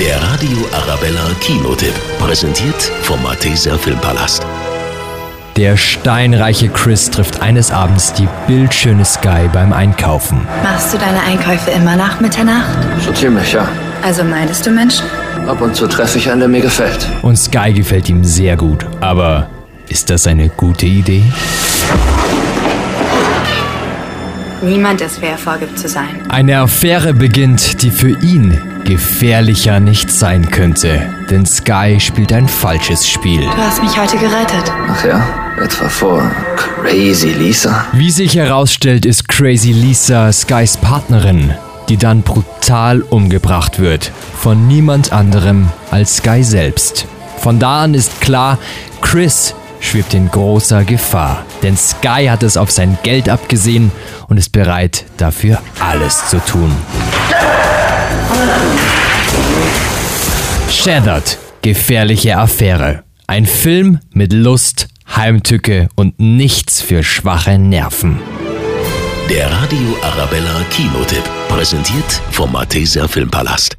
Der Radio Arabella Kinotipp. Präsentiert vom Malteser Filmpalast. Der steinreiche Chris trifft eines Abends die bildschöne Sky beim Einkaufen. Machst du deine Einkäufe immer nach Mitternacht? So ziemlich, ja. Also meidest du Menschen? Ab und zu treffe ich einen, der mir gefällt. Und Sky gefällt ihm sehr gut. Aber ist das eine gute Idee? Niemand ist, wer er vorgibt zu sein. Eine Affäre beginnt, die für ihn gefährlicher nicht sein könnte. Denn Sky spielt ein falsches Spiel. Du hast mich heute gerettet. Ach ja, etwa vor Crazy Lisa. Wie sich herausstellt, ist Crazy Lisa Skys Partnerin, die dann brutal umgebracht wird. Von niemand anderem als Sky selbst. Von da an ist klar, Chris schwebt in großer Gefahr. Denn Sky hat es auf sein Geld abgesehen und ist bereit, dafür alles zu tun. Shattered. Gefährliche Affäre. Ein Film mit Lust, Heimtücke und nichts für schwache Nerven. Der Radio Arabella Kinotipp. Präsentiert vom Malteser Filmpalast.